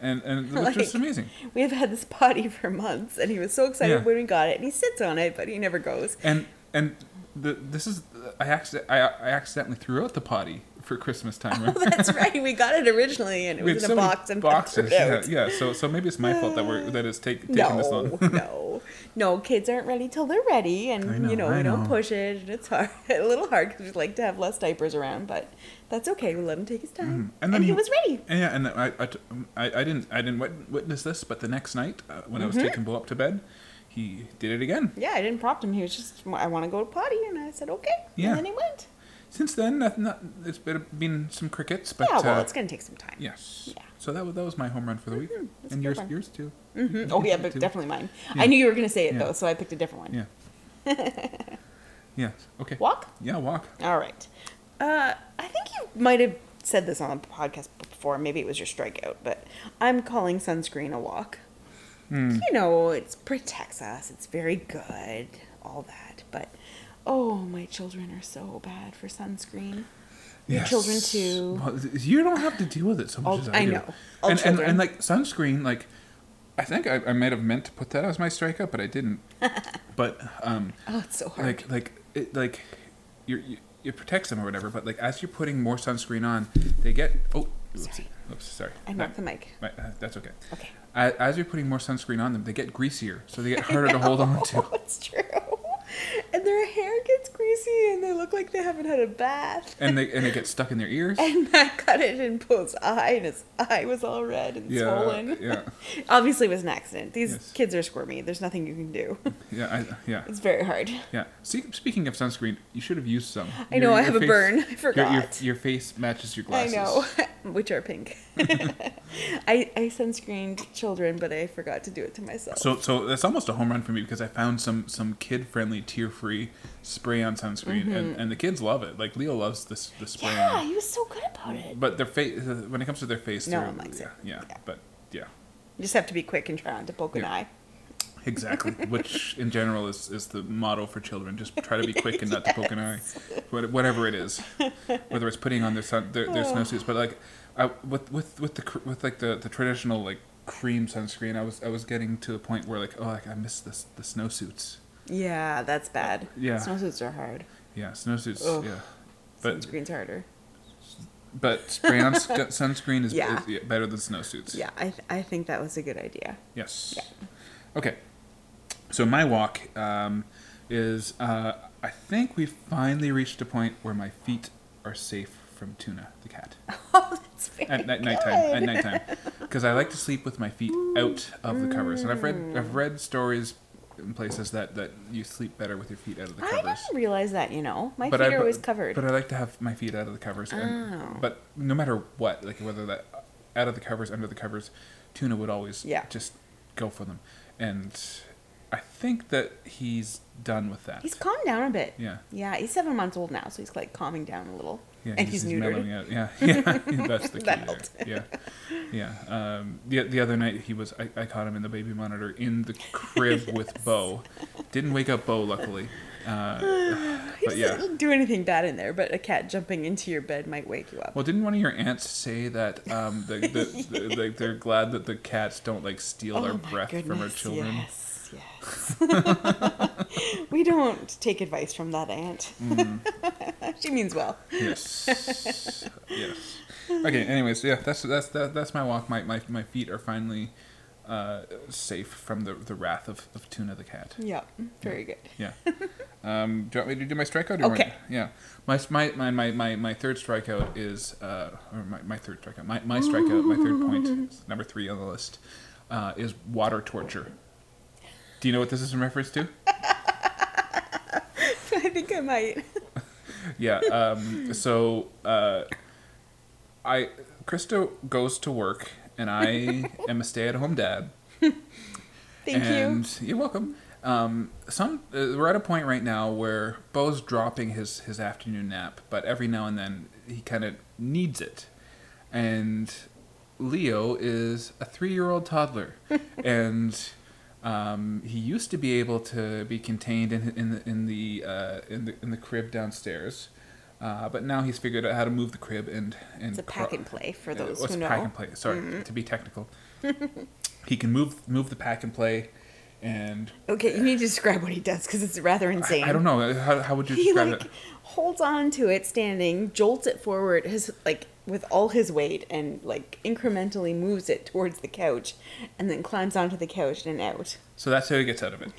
and and it was just Like- amazing We have had this potty for months, and he was so excited Yeah. when we got it, and he sits on it, but he never goes. And and the, this is I, accident, I I accidentally threw out the potty for Christmas time. Right? That's right. We got it originally, and it We had was in so a many box and boxes. boxes. Yeah, yeah. So so maybe it's my fault that we're that it's take, taking Uh, No, this long. no, no. Kids aren't ready till they're ready, and I know, you know I we don't know. push it, and it's hard, a little hard because we like to have less diapers around, but that's okay. We let him take his time, Mm, And and, then he, he- was ready. And yeah, and then I, I, t- I- I didn't I didn't wit- witness this, but the next night uh, when I Mm-hmm. was taking Bo up to bed, he did it again. Yeah, I didn't prompt him. He was just, I want to go to potty, and I said okay, Yeah. and then he went. Since then, nothing. Not, it's been, been some crickets, but yeah, well, uh, it's gonna take some time. yes. Yeah. Mm-hmm. So that was that was my home run for the week, That's a and good yours one. yours too. Mhm. Oh yeah, but Too. definitely mine. Yeah. I knew you were gonna say it Yeah. though, so I picked a different one. Yeah. Yeah. Okay. Walk? Yeah, walk. All right. Uh, I think you might have said this on a podcast before. Maybe it was your strikeout, but I'm calling sunscreen a walk. Hmm. You know, it protects us. It's very good. All that, but oh, my children are so bad for sunscreen. Your children too. Well, th- you don't have to deal with it so much All- as I, I do. know. All and, and children. and like sunscreen, like I think I, I might have meant to put that as my strikeout, but I didn't. but um, Oh, it's so hard. like like it like you're, you it protects them or whatever. But like as you're putting more sunscreen on, they get oh oops Sorry. oops sorry I knocked the mic. Right, uh, that's okay. Okay. A- As you're putting more sunscreen on them, they get greasier, so they get harder to hold on to. It's true. And their hair gets greasy and they look like they haven't had a bath. And they and it gets stuck in their ears. And Matt cut it in Poe's eye and his eye was all red and Yeah, swollen. yeah. Obviously, it was an accident. These Yes. kids are squirmy. There's nothing you can do. Yeah, I, yeah, It's very hard. yeah. See, speaking of sunscreen, you should have used some. I know, I have a burn. I your- Your, forgot. your face matches your glasses. I know, which are pink. I, I sunscreened children, but I forgot to do it to myself. So, so that's almost a home run for me because I found some some kid friendly, tear free spray on sunscreen, and, and the kids love it. Like Leo loves this the spray Mm-hmm. yeah, on. he was so good about it. But their face, when it comes to their face, No they're- one likes yeah, it. Yeah, Yeah. but yeah, You just have to be quick and try not to poke an Yeah. eye. exactly. Which in general is is the motto for children: just try to be quick and not to poke an eye, What- whatever it is, whether it's putting on their sun their, their Oh. snowsuits. But like, I, with with with the cr- with like the, the traditional like cream sunscreen, I was I was getting to the point where like oh like I miss this the snowsuits. Yeah, that's bad. Yeah. Snowsuits are hard. Yeah, snowsuits. Ugh. Yeah, but Sunscreen's harder. but spray on sc- sunscreen is, Yeah. is yeah, better than snowsuits. Yeah, I, th- I think that was a good idea. Yes. Yeah. Okay. So my walk um, is uh, I think we finally reached a point where my feet are safe from Tuna the cat Oh, that's very at night nighttime at nighttime because I like to sleep with my feet out of the covers and I've Mm. read I've read stories in places that that you sleep better with your feet out of the I covers. didn't realize that, you know. My But feet I- are always but- covered. But I like to have my feet out of the covers. And, Oh. But no matter what, like whether that out of the covers, under the covers, Tuna would always Yeah. just go for them. And I think that he's done with that. he's calmed down a bit. Yeah. Yeah, he's seven months old now, so he's like calming down a little. Yeah, and he's, neutered. mellowing out. Yeah, yeah, that's the key That there. Yeah, yeah. Um, the the other night he was, I, I caught him in the baby monitor in the crib with Bo. Didn't wake up Bo, luckily. Uh, He but yeah, doesn't do anything bad in there, but a cat jumping into your bed might wake you up. Well, didn't one of your aunts say that um, the, the, the, like they're glad that the cats don't like steal oh their my breath goodness, from our children? Yes, yes. we don't take advice from that aunt. Mm. she means well. Yes, yes. Okay. Anyways, yeah, that's that's that, that's my walk. My, my my feet are finally uh, safe from the the wrath of, of Tuna the cat. Yeah, very good. Yeah. Um, do you want me to do my strikeout? Or do you want- Okay. yeah. My s- my my my my, my third strikeout is uh, or my, my third strikeout. My my strikeout. my third point, it's number three on the list, uh, is water torture. Do you know what this is in reference to? I think I might. Yeah. Um, so uh, I Krista goes to work, and I am a stay-at-home dad. Thank you. and You're welcome. Um, some uh, we're at a point right now where Bo's dropping his his afternoon nap, but every now and then he kind of needs it. And Leo is a three year old toddler, and um, he used to be able to be contained in in the in the uh, in the, in the crib downstairs. Uh, but now he's figured out how to move the crib and and It's a crawl- pack and play for uh, those what's who know. Mm-hmm. pack and play? Sorry, to be technical. he can move move the pack and play, and Okay, you need to describe what he does because it's rather I, insane. I don't know how, how would you He describe like it. holds on to it standing, jolts it forward, his like with all his weight, and like incrementally moves it towards the couch, and then climbs onto the couch and out. So that's how he gets out of it.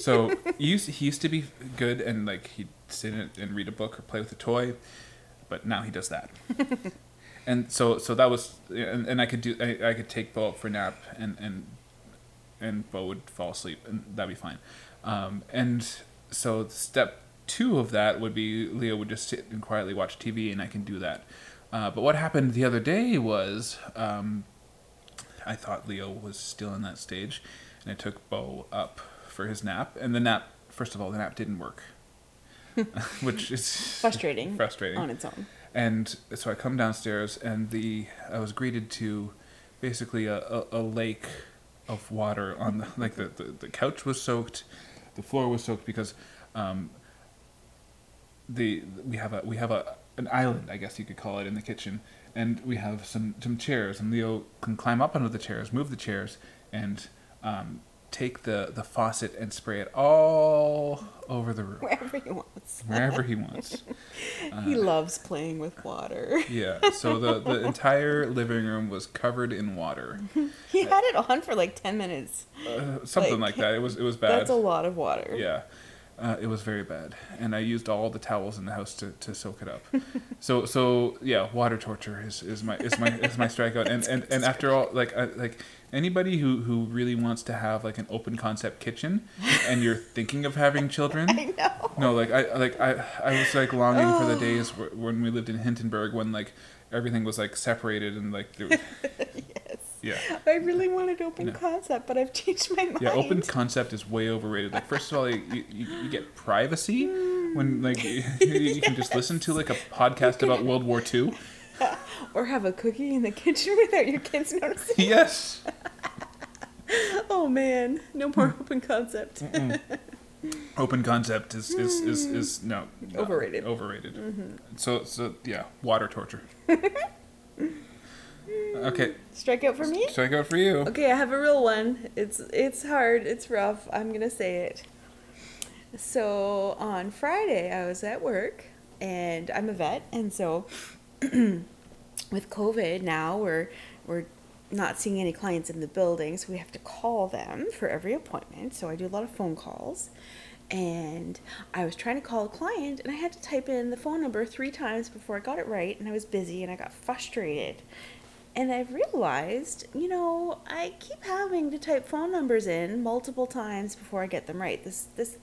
So he used, he used to be good and like he'd sit in it and read a book or play with a toy, but now he does that. and so so that was and, and I could do I, I could take Bo out for a nap and and and Bo would fall asleep and that'd be fine. Um, and so step two of that would be Leo would just sit and quietly watch TV and I can do that. Uh, but what happened the other day was um, I thought Leo was still in that stage, and I took Bo up for his nap. And the nap, first of all, the nap didn't work. which is Frustrating. frustrating. on its own. And so I come downstairs, and the I was greeted to basically a, a, a lake of water on the like the, the, the couch was soaked, the floor was soaked because um, the we have a we have a an island I guess you could call it in the kitchen, and we have some some chairs, and Leo can climb up onto the chairs, move the chairs, and um, take the the faucet and spray it all over the room Wherever he wants. wherever he wants. he Uh. loves playing with water. Yeah, so the, the entire living room was covered in water, He had it on for like 10 minutes. uh, something like, Like, that. It was it was bad. That's a lot of water. yeah, uh, it was very bad, and I used all the towels in the house to, to soak it up. so so yeah, water torture is, is my is my is my strikeout. And and, and after all, like I, like anybody who who really wants to have like an open concept kitchen, and you're thinking of having children, I know. No, like I like I I was like longing for Oh. the days wh- when we lived in Hindenburg when like everything was like separated and like there, Yes. yeah. I really wanted open No. concept, but I've changed my mind. Yeah, open concept is way overrated. Like, first of all, you, you, you get privacy Mm. when like you, you can just listen to like a podcast about World War II. Or have a cookie in the kitchen without your kids noticing. Yes, Oh man, no more Hmm. open concept. open concept is is is, is no no, Mm. Overrated. Mm-hmm. Overrated. So so yeah, water torture. okay, Strike out for me? so I go for you. Okay, I have a real one. It's it's hard, it's rough. I'm gonna say it. So on Friday, I was at work, and I'm a vet, and so with COVID now, we're we're not seeing any clients in the building, so we have to call them for every appointment. So I do a lot of phone calls. And I was trying to call a client and I had to type in the phone number three times before I got it right and I was busy and I got frustrated. And I realized, you know, I keep having to type phone numbers in multiple times before I get them right. This this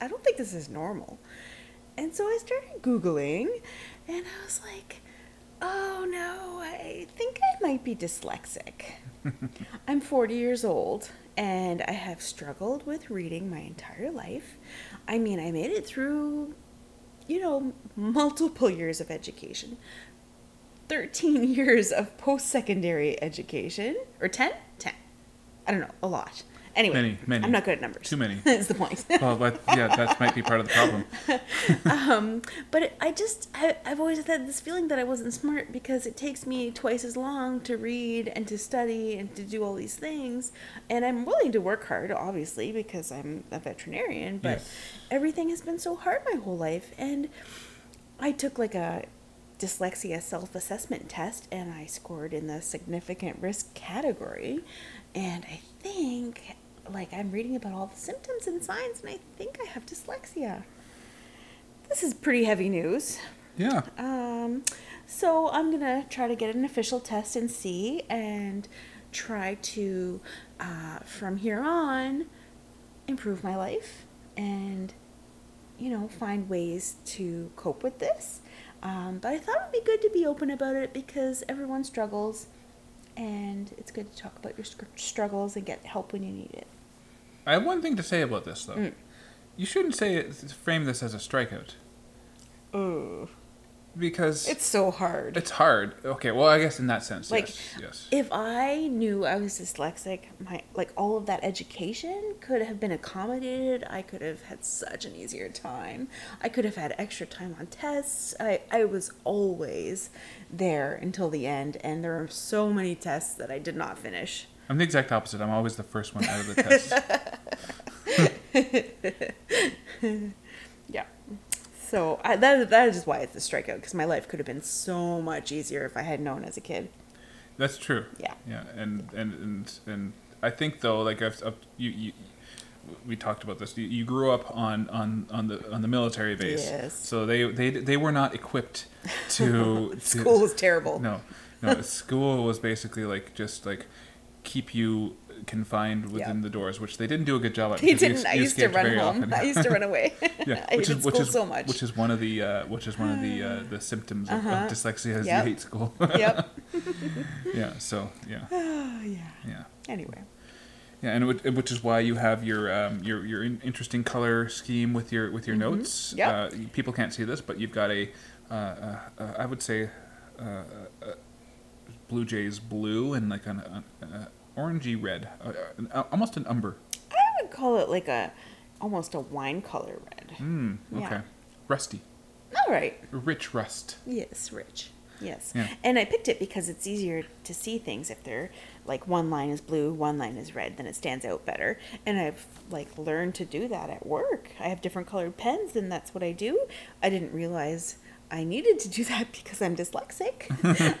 I don't think this is normal. And so I started Googling and I was like, oh no, I think I might be dyslexic. I'm 40 years old and I have struggled with reading my entire life. I mean, I made it through, you know, multiple years of education, 13 years of post secondary education, or 10? 10. I don't know, a lot. Anyway, Many, many. I'm not good at numbers. Too many. That's the point. Well, but yeah, that might be part of the problem. um, but it, I just I, I've always had this feeling that I wasn't smart because it takes me twice as long to read and to study and to do all these things, and I'm willing to work hard, obviously, because I'm a veterinarian. But Yes. everything has been so hard my whole life, and I took like a dyslexia self assessment test and I scored in the significant risk category. And I think, like, I'm reading about all the symptoms and signs, and I think I have dyslexia. This is pretty heavy news. Yeah. Um, so I'm gonna try to get an official test and see, and try to, uh, from here on, improve my life and, you know, find ways to cope with this. Um, but I thought it would be good to be open about it because everyone struggles, and it's good to talk about your scr- struggles and get help when you need it. I have one thing to say about this, Mm. though. You shouldn't say it, frame this as a strikeout Oh, because it's, it's so hard. hard. Okay, well, I guess in that sense, Like, yes. yes. If I knew I was dyslexic, my like all of that education could have been accommodated. I could have had such an easier time. I could have had extra time on tests. I, I was always there until the end, and there were so many tests that I did not finish. I'm the exact opposite. I'm always the first one out of the test. Yeah. So I, that that is why it's a strikeout because my life could have been so much easier if I had known as a kid. That's true. Yeah. Yeah, and and and and I think though, like I've, I've you, you we talked about this. You, you grew up on on on the on the military base, Yes. so they they they were not equipped to School to, was terrible. No, no. school was basically like just like keep you confined within Yeah. the doors, which they didn't do a good job at. They because you didn't. es- I you used to escaped run very home. often. I used to run away. Yeah, I hated which school is so much. which is one of the uh, which is one of the uh, the symptoms of, Uh-huh. of dyslexia is Yep. you hate school. yep. yeah. So yeah, Oh, yeah. yeah. Anyway. Yeah, and it would- which is why you have your um, your your in- interesting color scheme with your with your Mm-hmm. notes. Yep. Uh, you- people can't see this, but you've got a, uh, uh, uh, I would say, uh, uh, uh, Blue Jays blue and like an uh, uh, orangey red, uh, uh, an- uh, almost an umber. I would call it like a almost a wine color red. Mm, okay, Yeah. rusty, All right. rich rust. Yes, rich. Yes. Yeah. And I picked it because it's easier to see things if they're like one line is blue, one line is red, then it stands out better. And I've like learned to do that at work. I have different colored pens and that's what I do. I didn't realize I needed to do that because I'm dyslexic.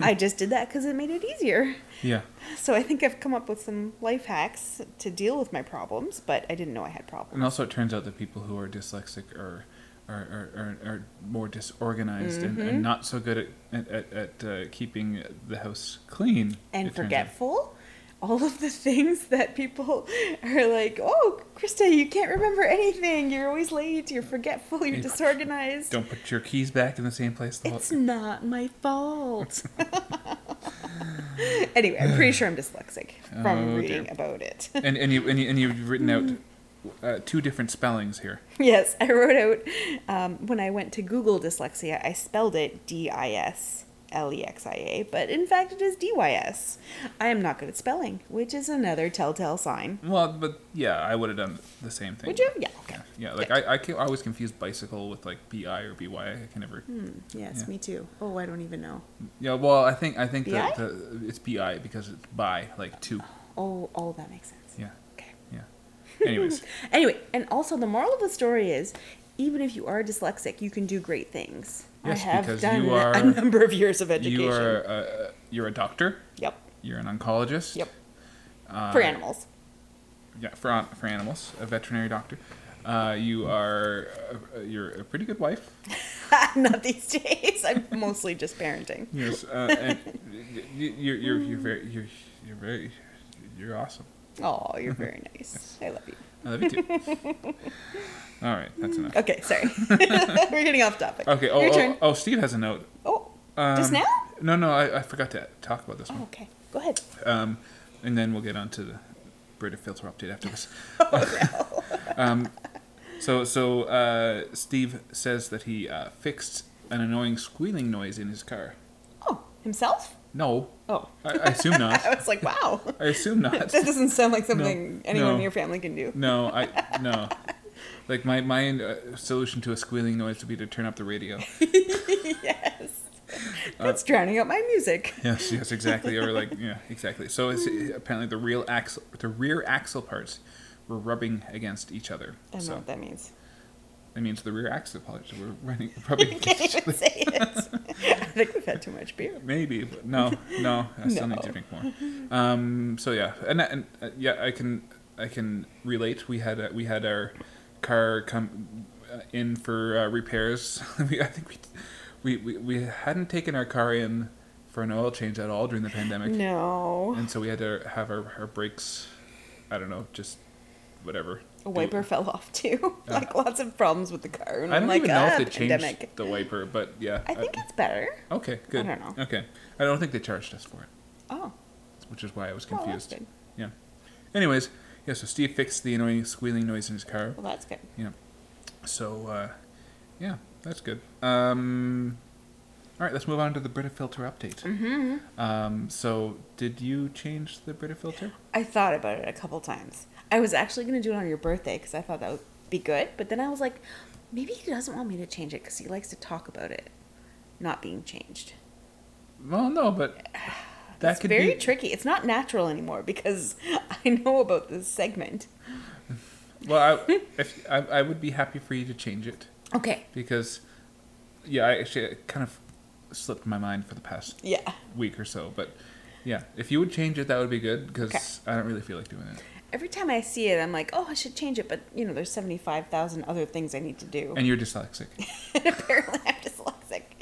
I just did that because it made it easier. Yeah, So I think I've come up with some life hacks to deal with my problems, but I didn't know I had problems. and also it turns out that people who are dyslexic are. Are, are, are, are more disorganized and, Mm-hmm. and not so good at, at, at, at uh, keeping the house clean. and it turns out. forgetful. All of the things that people are like, oh, Krista, you can't remember anything. You're always late. You're forgetful. You're Yeah. disorganized. Don't put your keys back in the same place. The whole- It's not my fault. anyway, I'm pretty sure I'm dyslexic from Oh, reading dear. about it. and and you and, you, and you've written out Hmm. uh, two different spellings here. yes, I wrote out um, when I went to Google dyslexia, I spelled it D I S L E X I A, but in fact, it is D Y S. I am not good at spelling, which is another telltale sign. Well, but yeah, I would have done the same thing. Would you? Yeah, okay. Yeah, like I, I, can, I always confuse bicycle with like bi or by. I can never. Hmm. Yes, Yeah. me too. Oh, I don't even know. Yeah, well, I think I think that BI? the, it's bi because it's by like two. Oh, oh, that makes sense. Yeah, Okay. yeah. Anyways, Anyway, and also the moral of the story is, even if you are dyslexic, you can do great things. Yes, I have because done you a are- number of years of education. you are a, you're a doctor. Yep. You're an oncologist. Yep. Uh, For animals. Yeah, for an- for animals, a veterinary doctor. Uh, you are uh, you're a pretty good wife. Not these days. I'm mostly just parenting. Yes, uh, and you, you're you're you're very you're you're very you're awesome. Oh, you're very nice. I love you. I love you too. All right, that's enough. Okay, sorry. We're getting off topic. Okay. Oh, Your oh, turn. oh, Steve has a note. Oh, Um, Just now? No, no, I, I forgot to talk about this oh, one. okay. Go ahead. Um, and then we'll get on to the Brita filter update after this. Oh, no. Um, so so uh, Steve says that he uh, fixed an annoying squealing noise in his car. oh, himself? No, Oh. I, I assume not. I was like, wow. I assume not. That doesn't sound like something anyone no. in your family can do. No, I no. Like my my uh, solution to a squealing noise would be to turn up the radio. yes. Uh, That's drowning out my music. Yes, yes, exactly. Or like yeah, exactly. So it's, apparently the real axle, the rear axle parts were rubbing against each other. I don't know so what that means. that means the rear axle parts were running rubbing I against can't each even other. say it. I think we've had too much beer. Maybe, but no, no. I still need to No. drink more. Um. So yeah, and and uh, yeah, I can I can relate. We had uh, we had our car come uh, in for uh, repairs. we, I think we, we we we hadn't taken our car in for an oil change at all during the pandemic. No. and so we had to have our, our brakes i don't know just whatever A wiper fell off too. like lots of problems with the car. And i don't am like, even know if ah, they changed pandemic. the wiper but yeah I think it's better. okay good don't know. okay i don't think they charged us for it Oh, which is why i was Well, that's confused good. yeah anyways yeah so steve fixed the annoying squealing noise in his car well, that's good. yeah so uh, yeah that's good um all right let's move on to the brita filter update mm-hmm. Mm. um so did you change the brita filter I thought about it a couple times. I was actually going to do it on your birthday because I thought that would be good. But then I was like, maybe he doesn't want me to change it because he likes to talk about it not being changed. well no but that That's could very be tricky. It's not natural anymore because I know about this segment. Well, I, if I, I would be happy for you to change it Okay. because, yeah, I actually it kind of slipped my mind for the past Yeah. week or so. But yeah, if you would change it, that would be good because I don't really feel like doing it. Every time I see it, I'm like, oh, I should change it, but you know, there's 75,000 other things I need to do. And you're dyslexic. And apparently I'm dyslexic,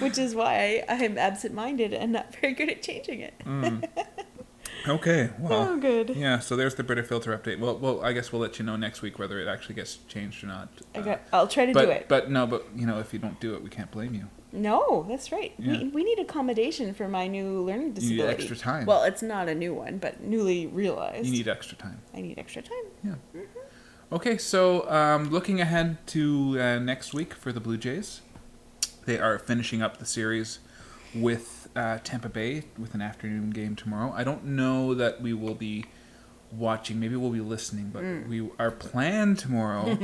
which is why I'm absent minded and not very good at changing it. okay. Well. Oh, good. Yeah. So there's the Brita filter update. Well, well, I guess we'll let you know next week whether it actually gets changed or not. Uh, I got, I'll try to but, do it. But no, but you know, if you don't do it, we can't blame you. No, that's right. Yeah. We, we need accommodation for my new learning You need disability. extra time. Well, it's not a new one, but newly realized. You need extra time. I need extra time. Yeah. Okay, so um, looking ahead to uh, next week for the Blue Jays, they are finishing up the series with uh, Tampa Bay with an afternoon game tomorrow. I don't know that we will be watching. Maybe we'll be listening, but Mm. we our plan tomorrow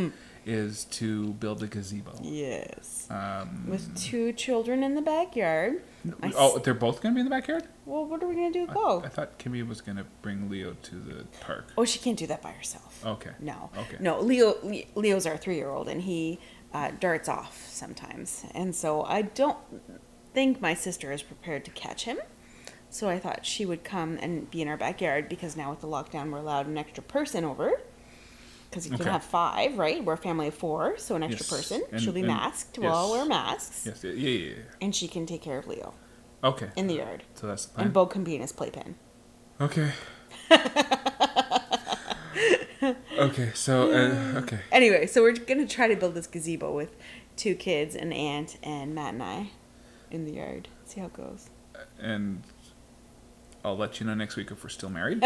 is to build a gazebo. Yes. Um, With two children in the backyard. I s- oh, they're both going to be in the backyard. Well, what are we gonna do? I- Go. I, thought Kimmy was going to bring Leo to the park. Oh, she can't do that by herself. Okay. No. Okay. No, Leo. Le- Leo's our three-year-old, and he uh, darts off sometimes, and so I don't think my sister is prepared to catch him. So I thought she would come and be in our backyard because now with the lockdown, we're allowed an extra person over. Because you can Okay. have five, right? We're a family of four, so an extra Yes, person. and- She'll be and- masked. We'll all yes. wear masks, Yes. Yeah. Yeah. yeah, yeah. and she can take care of Leo Okay. in the yard. so that's the plan. And Bo can be in his playpen. Okay. okay, so uh, okay. Anyway, so we're gonna try to build this gazebo with two kids, an aunt, and Matt and I in the yard. See how it goes. And I'll let you know next week if we're still married.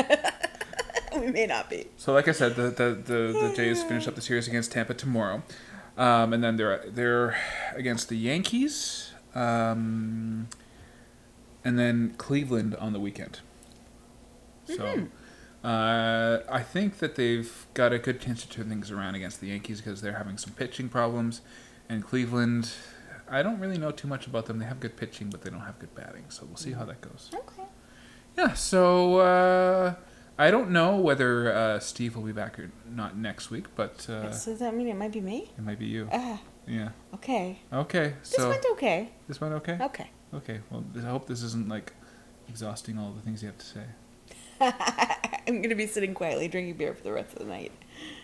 we may not be. so like I said, the the, the, the Jays finish up the series against Tampa tomorrow. Um, and then they're they're against the Yankees. Um, and then Cleveland on the weekend. So uh, I think that they've got a good chance to turn things around against the Yankees because they're having some pitching problems. And Cleveland, I don't really know too much about them. They have good pitching, but they don't have good batting. So we'll see how that goes. Okay. Yeah, so uh, I don't know whether uh, Steve will be back or not next week, but uh, so does that mean it might be me? it might be you. Ah, Yeah. okay. Okay, This so went okay. this went okay? Okay. Okay, well, I hope this isn't like exhausting all the things you have to say. I'm gonna be sitting quietly drinking beer for the rest of the night.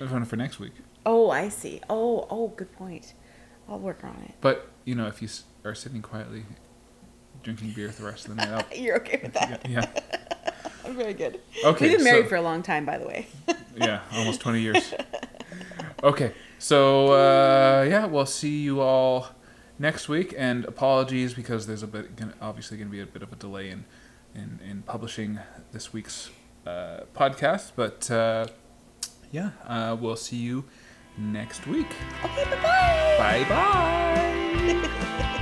That's one for next week. Oh, I see. Oh, oh, good point. I'll work on it. But, you know, if you s- are sitting quietly drinking beer the rest of the night, I'll- You're okay with that? Oh. yeah, Very good. Okay, We've been married so- for a long time, by the way. yeah, almost 20 years. Okay, so uh, yeah, we'll see you all next week. And apologies because there's a bit, gonna, obviously, going to be a bit of a delay in in, in publishing this week's uh, podcast. But uh, yeah, uh, we'll see you next week. Okay. Bye-bye. Bye bye. bye.